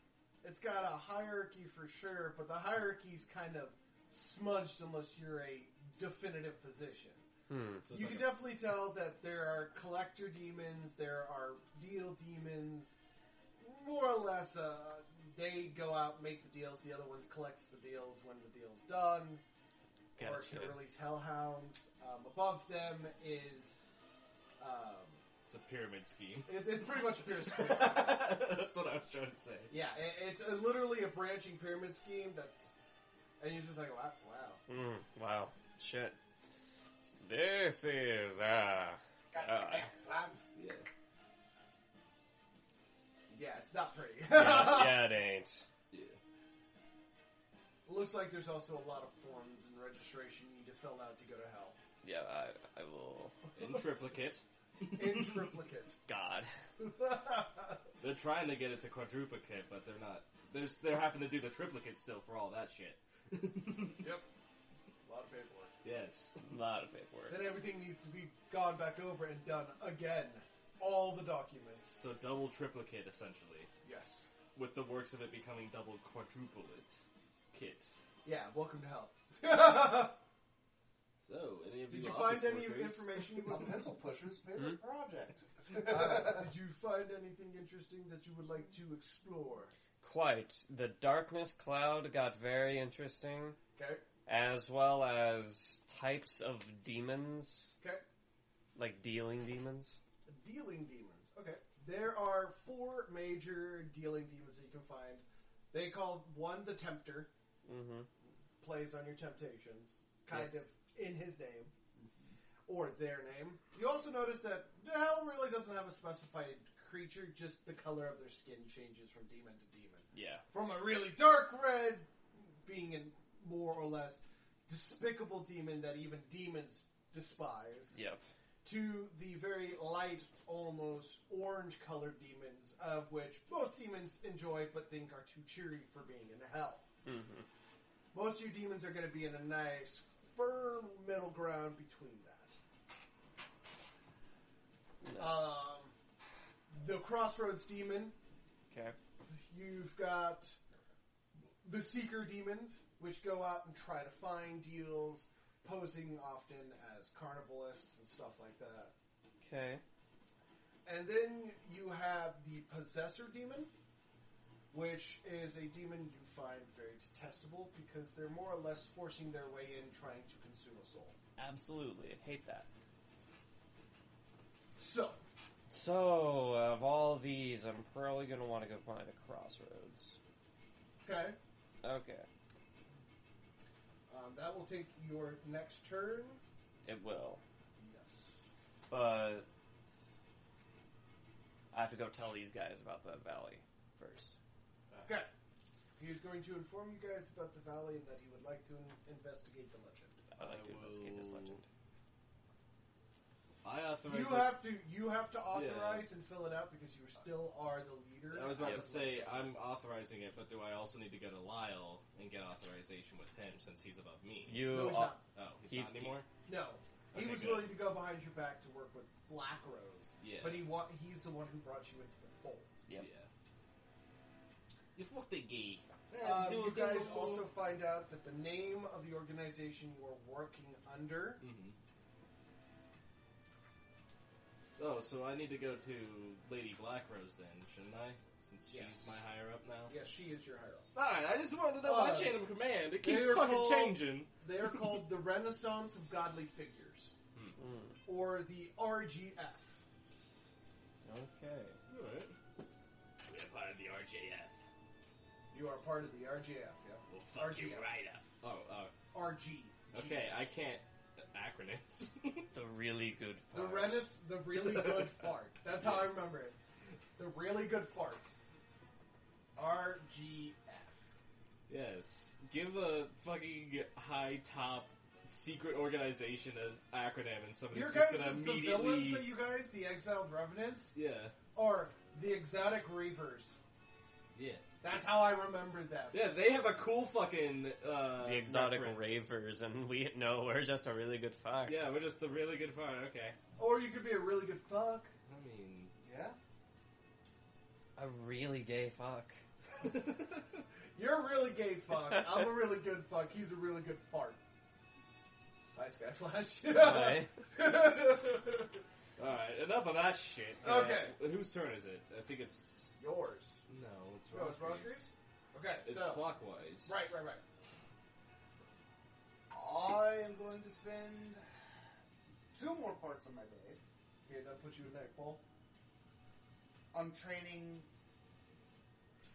It's got a hierarchy for sure, but the hierarchy's kind of smudged unless you're a definitive position.
Hmm.
So
you can definitely tell that there are collector demons, there are deal demons. More or less, uh, they go out and make the deals. The other one collects the deals when the deal's done, or
Gotcha.
can release hellhounds. Um, above them is um,
it's a pyramid scheme.
it, it's pretty much a pyramid
Hmm.
scheme.
That's what I was trying to say.
yeah, it, it's uh literally a branching pyramid scheme. That's and you're just like wow, wow.
Mm, wow. Shit. This is uh
God
Uh,
damn, class.
Yeah.
yeah, it's not pretty.
yeah, yeah, it ain't.
Yeah.
Looks like there's also a lot of forms and registration you need to fill out to go to hell.
Yeah, I, I will.
In triplicate.
in triplicate.
God.
They're trying to get it to quadruplicate, but they're not. There's, they're having to do the triplicate still for all that shit.
lot of paperwork.
yes.
A lot of paperwork.
Then everything needs to be gone back over and done again. All the documents.
So double triplicate, essentially.
Yes.
With the works of it becoming double quadruple it. Kit.
Yeah, welcome to hell.
So, any of
did
you
you
office
find any
workers?
information
Well,
about
pencil pushers, favorite
Hmm?
project.
uh, Did you find anything interesting that you would like to explore?
Quite. The darkness cloud got very interesting,
Okay.
as well as types of demons,
Okay.
like dealing demons.
Dealing demons. Okay. There are four major dealing demons that you can find. They call one the Tempter,
Mm-hmm.
plays on your temptations, kind of in his name or their name. You also notice that the hell really doesn't have a specified creature; just the color of their skin changes from demon to demon,
Yeah.
from a really dark red being a more or less despicable demon that even demons despise,
Yep.
to the very light, almost orange-colored demons, of which most demons enjoy but think are too cheery for being in hell.
Mm-hmm.
Most of your demons are going to be in a nice, firm middle ground between that. Um, the Crossroads Demon,
okay.
you've got the Seeker Demons, which go out and try to find deals, posing often as carnivalists and stuff like that.
Okay.
And then you have the Possessor Demon, which is a demon you find very detestable because they're more or less forcing their way in trying to consume a soul.
Absolutely. I hate that.
So,
So, of all these, I'm probably going to want to go find a crossroads.
okay,
Okay.
um, that will take your next turn.
It will.
Yes.
But I have to go tell these guys about the valley first.
Okay. He is going to inform you guys about the valley and that he would like to in- investigate the legend.
I'd like
I
to investigate this
will-
legend.
I authorize
You
it-
have to you have to authorize and fill it out because you still are the leader.
I was about
Yes.
to say I'm authorizing it, but do I also need to go to Lyle and get authorization with him since he's above me?
You
No, he's
au-
not.
oh, he's
He-
not anymore.
No, he
Okay,
was
good.
willing to go behind your back to work with Black Rose,
Yeah,
but he wa- he's the one who brought you into the fold.
Yep.
yeah. You fucked the gay.
Um, you guys also find out that the name of
Mm-hmm.
the organization you are working under
hmm Oh, so I need to go to Lady Blackrose then, shouldn't I? Since she's
Yes.
my higher up now.
Yes, she is your higher up.
Alright, I just wanted to know my
Uh,
chain of command. It keeps
they're
fucking
called-
changing.
They are called the Renaissance of Godly Figures,
Mm,
or the RGF.
okay.
Alright. We're part of the RJF.
You are part of the RGF. Yep.
We'll
fuck you RJF.
right up. Oh, oh.
RG.
Okay, I can't. Acronyms.
The really good
The
part.
Renis, the really good fart. That's how I
Yes.
remember it. The really good fart. RGF.
yes. Give a fucking high top secret organization an acronym and somebody's
Your
just
guys
gonna
is the
immediately.
villains that you guys, the exiled revenants,
Yeah.
are the exotic reavers.
Yeah.
That's how I remembered them.
Yeah, they have a cool fucking uh,
the exotic
reference.
ravers, and we no, we're just a really good fuck.
Yeah, we're just a really good fart. Okay.
Or you could be a really good fuck.
I mean,
Yeah?
A really gay fuck.
You're a really gay fuck. I'm a really good fuck. He's a really good fart. Bye, Skyflash.
Alright.
all right, enough of that shit.
Okay.
Uh, whose turn is it? I think it's
Yours.
no, it's
No, Oh, it's
Rosgreaves.
Okay,
It's
so
clockwise.
right, right, right.
I am going to spend two more parts of my day
Okay, that puts you in neck, Paul.
on training,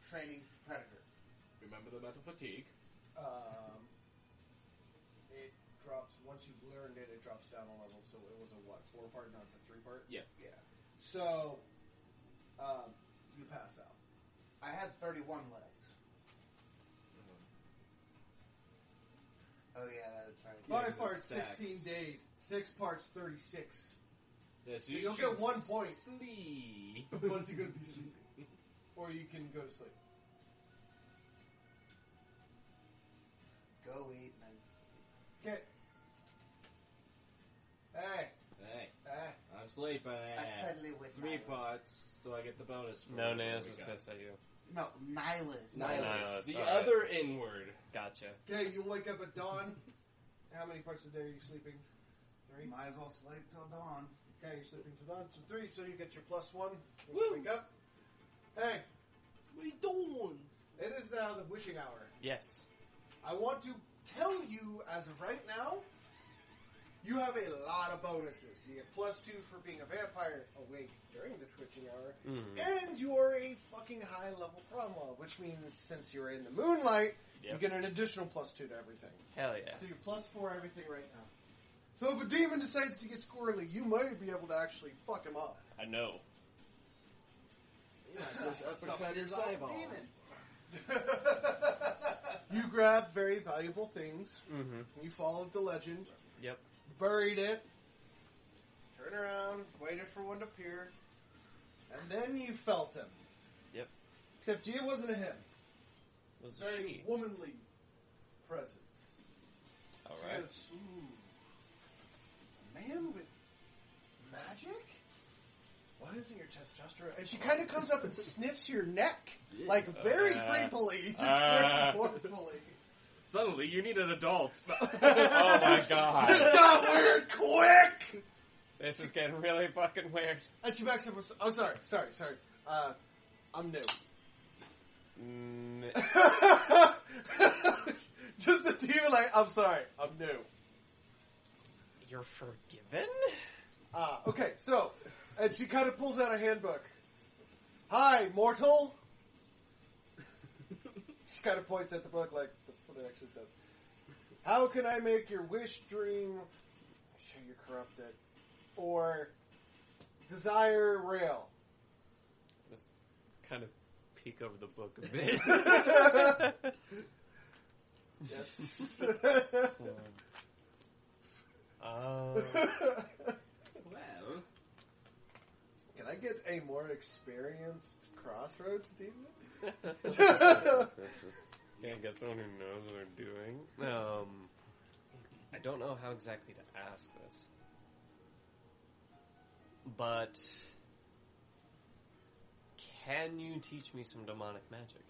training Predator.
Remember the mental fatigue.
Um, it drops once you've learned it. It drops down a level. So it was a what four part? Now it's a three part.
Yeah.
yeah. So, um, you pass out.
I had 31 left. Oh yeah, that's right.
Yeah,
Five
'cause it
parts,
stacks.
sixteen days. Six parts, thirty six.
Yeah,
So you'll get
should
one point.
Sleep.
Once you're gonna be sleeping, or you can go to sleep.
Go eat and then sleep.
Okay. Hey, uh,
Hey,
hey.
I'm sleeping.
I cuddly with
Three
Nihilus.
parts, so I get the bonus. for
No,
what
Naos
we
is
got.
pissed at you.
No,
Nihilus.
Nihilus.
Nihilus,
The
alright.
other inward.
Gotcha.
Okay, you wake up at dawn. How many parts of the day are you sleeping? Three.
Might as well sleep till dawn.
Okay, you're sleeping till dawn. So three, so you get your plus one. when you
Woo.
Wake up. Hey,
What are you doing?
it is now the wishing hour.
Yes.
I want to tell you, as of right now, you have a lot of bonuses. You get plus two for being a vampire awake during the twitching hour,
Mm.
and you're a fucking high level Cromwell, which means since you're in the moonlight,
Yep.
you get an additional plus two to everything.
Hell yeah.
So you're plus four everything right now. So if a demon decides to get squirrely, you might be able to actually fuck him up.
I know.
Yeah, just uppercut his
Stop
eyeball.
demon.
You grabbed very valuable things.
Mm-hmm.
You followed the legend.
Yep.
Buried it. Turned around, waited for one to appear, and then you felt him.
Yep.
Except it wasn't a him.
Was
Very
she?
womanly presence.
All
She
right.
goes, ooh, a man with magic? Why isn't your testosterone? And she kind of comes up and sniffs your neck, like very
Uh,
creepily, just
uh.
very forcefully.
Suddenly, you need an adult.
oh my god.
This got weird quick!
This is getting really fucking weird.
And she backs up with, oh sorry, sorry, sorry. Uh, I'm new.
Mm,
just the demon like, I'm sorry, I'm new.
you're forgiven?
Ah, okay, so, and she kind of pulls out a handbook. Hi, mortal. she kind of points at the book like that's what it actually says. How can I make your wish dream? Sure, you're corrupted, or desire real?
Let's kind of peek over the book a bit.
Yes.
um,
Well,
can I get a more experienced crossroads demon?
yeah, I guess someone who knows what they're doing. Um, I don't know how exactly to ask this, but can you teach me some demonic magic?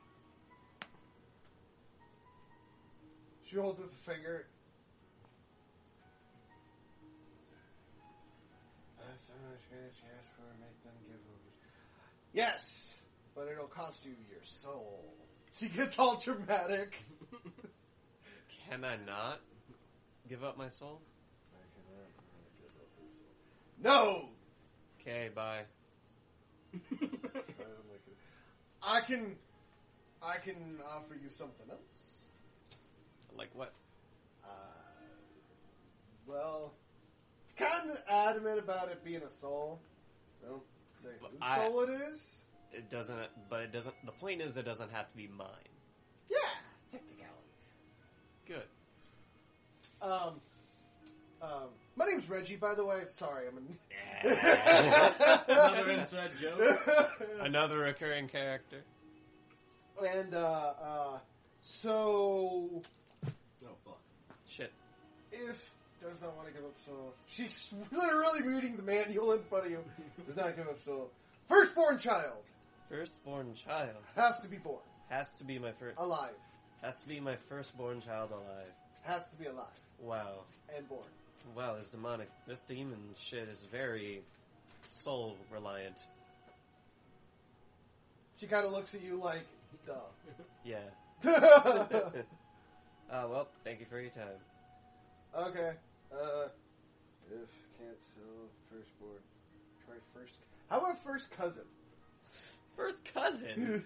She holds up a finger. I thought yes, yes, or make them give over. Yes, but it'll cost you your soul. She gets all dramatic.
Can I not give up my soul?
No,
Okay, bye.
I can, I can offer you something else.
Like what?
Uh, well, kind of adamant about it being a soul. I don't say
But
whose
I-
soul it is.
It doesn't, but it doesn't, the point is it doesn't have to be mine.
Yeah.
Technicalities.
Good.
Um, um, my name's Reggie, by the way. Sorry, I'm
Another
a.
inside joke.
Another recurring character.
and uh, uh, so
Oh fuck.
Shit.
if does not want to give up soul, she's literally reading the manual in front of you. Does not give up soul. Firstborn child
Firstborn child
has to be born
has to be my first.
alive.
Has to be my firstborn child alive.
Has to be alive
Wow.
and born.
Wow, this demonic, this demon shit is very soul reliant.
She kind of looks at you like,
Yeah.
duh.
uh, well, thank you for your time.
Okay. Uh, if can't sell firstborn, try first. How about first cousin?
First cousin?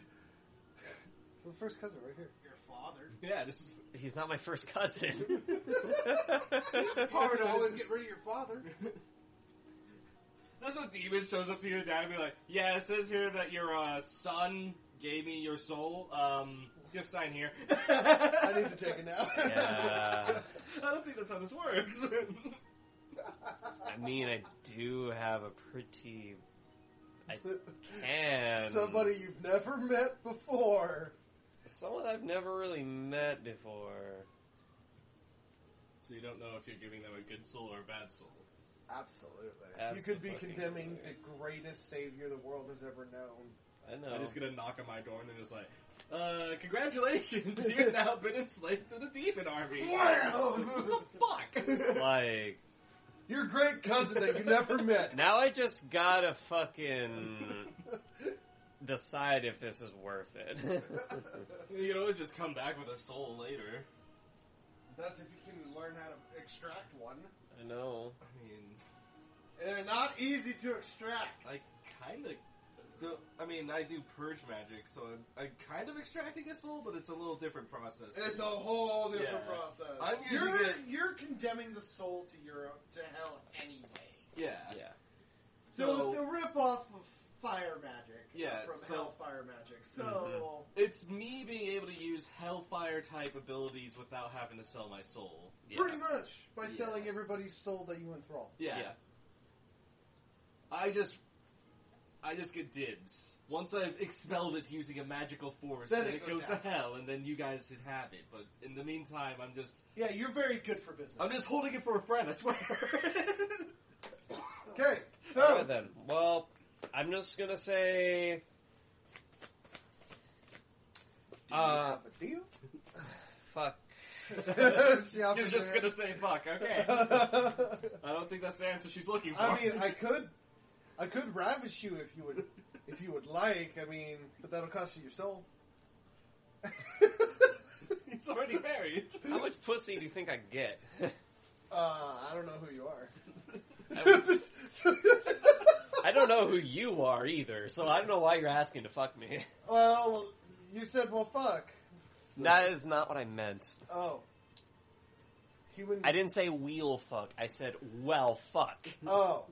So the first cousin right here.
Your father.
Yeah, this is
He's not my first cousin.
Hard to always get rid of your father.
That's what demon shows up to your dad and be like, yeah, it says here that your uh, son gave me your soul. Um, just sign here.
I need to take it now.
Yeah.
I don't think that's how this works.
I mean, I do have a pretty. I can.
Somebody you've never met before.
Someone I've never really met before.
so you don't know if you're giving them a good soul or a bad soul.
Absolutely. You could
Absolutely.
be condemning the greatest savior the world has ever known.
I know.
I'm just gonna knock on my door and it's like, uh, congratulations, you've now been enslaved to the demon army.
Wow!
what the fuck?
Like,
Your great cousin that you never met.
now I just gotta fucking decide if this is worth it.
You can always just come back with a soul later.
That's if you can learn how to extract one.
I know.
I mean,
They're not easy to extract.
I kind of. I mean, I do purge magic, so I'm, I'm kind of extracting a soul, but it's a little different process.
It's a whole different
Yeah.
process.
I'm using
you're
it-
you're condemning the soul to your to hell anyway.
yeah,
Yeah.
So,
So-
it's a ripoff of fire magic.
Yeah,
from
so- Mm-hmm.
hellfire magic. So
it's me being able to use hellfire type abilities without having to sell my soul.
pretty much by
Yeah.
selling everybody's soul that you enthrall.
Yeah.
Yeah.
I just, I just get dibs. Once I've expelled it using a magical force,
Then
then,
it
it goes,
goes
to hell, and then you guys can have it. But in the meantime, I'm just,
Yeah, you're very good for business.
I'm just holding it for a friend. I swear.
okay,
Alright
so
then. Well, I'm just gonna say. Uh,
do you?
fuck.
She offers
You're just
her-
gonna say fuck, okay. I don't think that's the answer she's looking for.
I mean, I could, I could ravish you if you would, if you would like. I mean, but that'll cost you your soul.
it's already married.
How much pussy do you think I get?
Uh, I don't know who you are.
I don't know who you are either, so I don't know why you're asking to fuck me.
well, you said, well, fuck.
That is not what I meant.
Oh. Human.
I didn't say wheel fuck. I said well fuck.
Oh.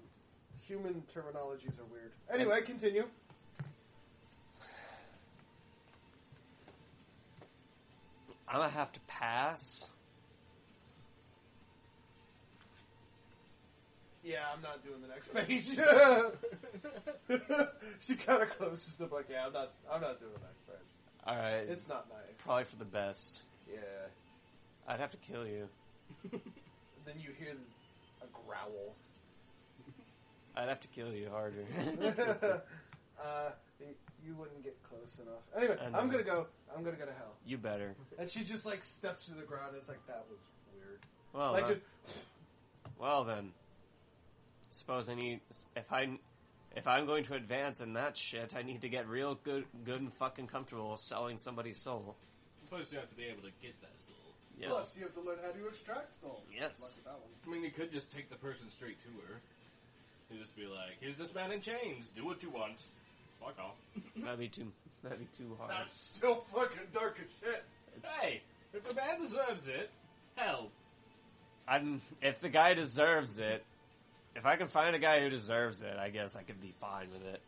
Human terminologies are weird. Anyway, continue.
I'm gonna have to pass.
Yeah, I'm not doing the next page. she kind of closes the book. Yeah, I'm not. I'm not doing the next page.
All right.
It's not nice.
probably for the best.
Yeah.
I'd have to kill you.
Then you hear a growl.
I'd have to kill you harder.
uh, y- you wouldn't get close enough. Anyway,
I know.
I'm gonna go. I'm gonna go to hell.
you better.
And she just like steps to the
Oh, uh,
ground. And it's like that was weird.
Well,
like
uh,
just,
well then. suppose I need if I if I'm going to advance in that shit, I need to get real good, good and fucking comfortable selling somebody's soul.
Suppose you have to be able to get that soul.
Yeah.
Plus, you have to learn how to extract soul.
Yes.
Look at that one.
I mean, you could just take the person straight to her. You just be like, "Here's this man in chains. Do what you want. Fuck off."
That'd be too. That'd be too hard.
That's still fucking dark as shit.
Hey, if the man deserves it, hell,
I'm. If the guy deserves it, if I can find a guy who deserves it, I guess I could be fine with it.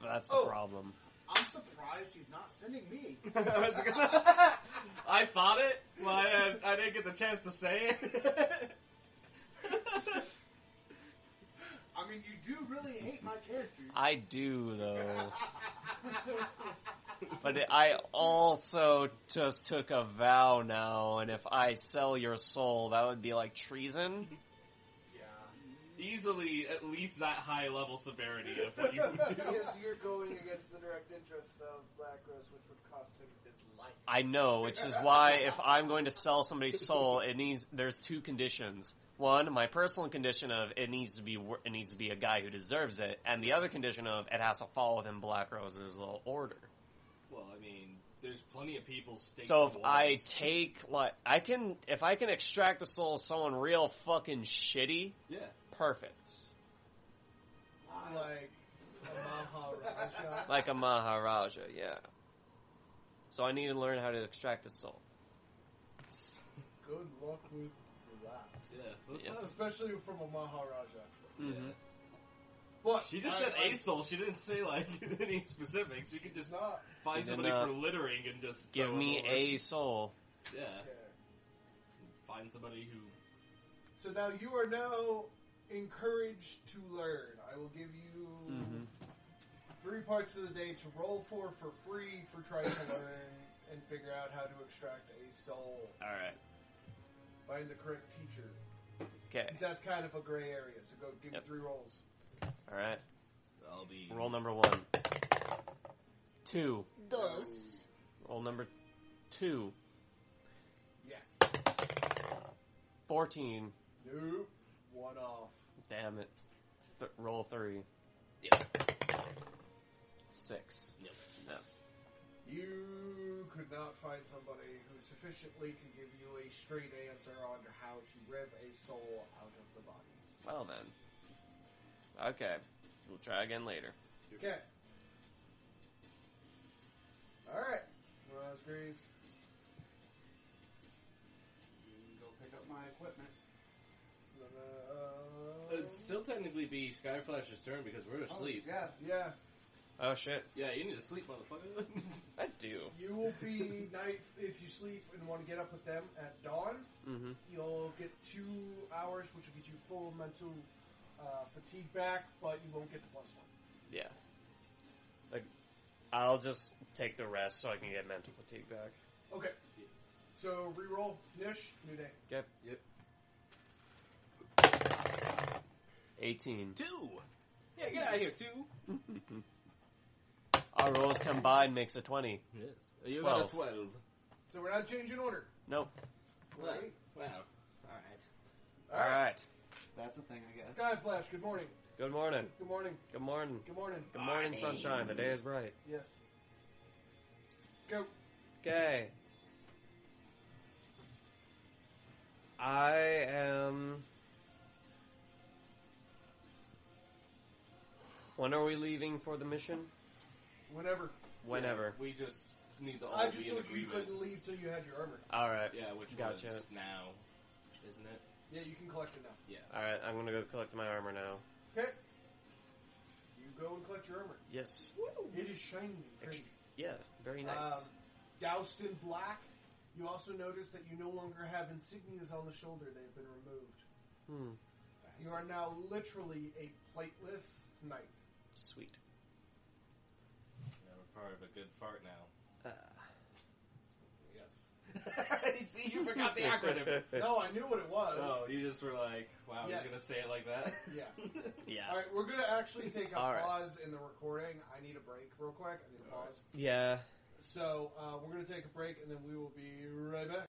But that's the
Oh.
problem.
I'm surprised he's not sending me.
I was gonna- I thought it. Well, I, I didn't get the chance to say it.
I mean, you do really hate my character.
I do though. But I also just took a vow now, and if I sell your soul, that would be like treason.
Yeah.
Easily, at least that high level severity of what you would do.
Because you're going against the direct interests of Black Rose, which would cost him his life.
I know, which is why if I'm going to sell somebody's soul, it needs there's two conditions. One, my personal condition of it needs to be wor- it needs to be a guy who deserves it, and the other condition of it has to fall within Black Rose's little order.
Well, I mean, there's plenty of people. States
so if
and
I
laws.
take like I can if I can extract the soul of someone real fucking shitty,
yeah,
perfect.
Like a Maharaja.
Like a Maharaja, yeah. So I need to learn how to extract a soul.
Good luck with that.
yeah, let's
Yeah.
not-
Especially from a Maharaja.
Mhm.
What?
She just
I-
said
I-
a soul. She didn't say like any specifics. You could just
Not.
find
did
somebody
not.
for littering and just
Give
throw
me
them over.
a soul.
yeah.
Okay.
Find somebody who
So now you are now encouraged to learn. I will give you
Mm.
Mhm.
three parts of the day to roll for for free for trying to learn and figure out how to extract a soul.
All right.
Find the correct teacher.
Okay.
That's kind of a gray area, so go give
Yep.
me three rolls.
All right.
I'll be
Roll number one. Two.
Dos.
Roll number two.
Yes.
Fourteen.
Nope. One off.
Damn it. Th- roll three. Six.
You could not find somebody who sufficiently could give you a straight answer on how to rev a soul out of the body.
Well then. Okay. We'll try again later.
Okay. Alright. Rose Grease.
Go pick up my equipment.
It'd still technically be Skyflash's turn because we're
Oh,
asleep.
yeah.
Yeah.
Oh shit.
yeah. you need to sleep, motherfucker.
I do.
You will be night if you sleep and want to get up with them at dawn.
Mm-hmm.
You'll get two hours, which will get you full mental uh, fatigue back, but you won't get the plus one.
Yeah. Like, I'll just take the rest so I can get mental fatigue back.
Okay. So reroll Nish, new day.
Okay.
Yep.
Eighteen.
two. Yeah, get out of here. Two.
Our rolls combined makes a twenty.
Yes. You
got a
twelve.
So we're not changing order.
Nope.
Right?
Wow. All right.
All right.
That's a thing, I guess.
Sky Flash, good morning.
Good morning.
Good morning.
Good morning.
Good morning.
Good morning, sunshine. The day is bright.
Yes. Go.
Okay. I am. When are we leaving for the mission?
Whenever.
Whenever.
we just need to all
I just
be in
told you you
agreement.
couldn't leave till you had your armor.
All right.
Yeah, which
Gotcha.
was now, isn't it?
Yeah, you can collect it now.
All right. I'm gonna go collect my armor now.
Okay. You go and collect your armor.
Yes.
It is shiny. and
Ex-
green.
Yeah. Very
Um,
nice.
doused in black. You also notice that you no longer have insignias on the shoulder. They have been removed.
Hmm.
You are now literally a plateless knight.
Sweet.
Yeah, we're part of a good fart now.
Uh,
Yes.
See, you forgot the acronym.
No, I knew what it was.
oh, you just were like, wow,
Yes.
he's gonna say it like that.
Yeah.
yeah.
All right, we're going to actually take a
All right.
pause in the recording. I need a break real quick. I need a
All right.
pause.
Yeah.
So uh, we're going to take a break, and then we will be right back.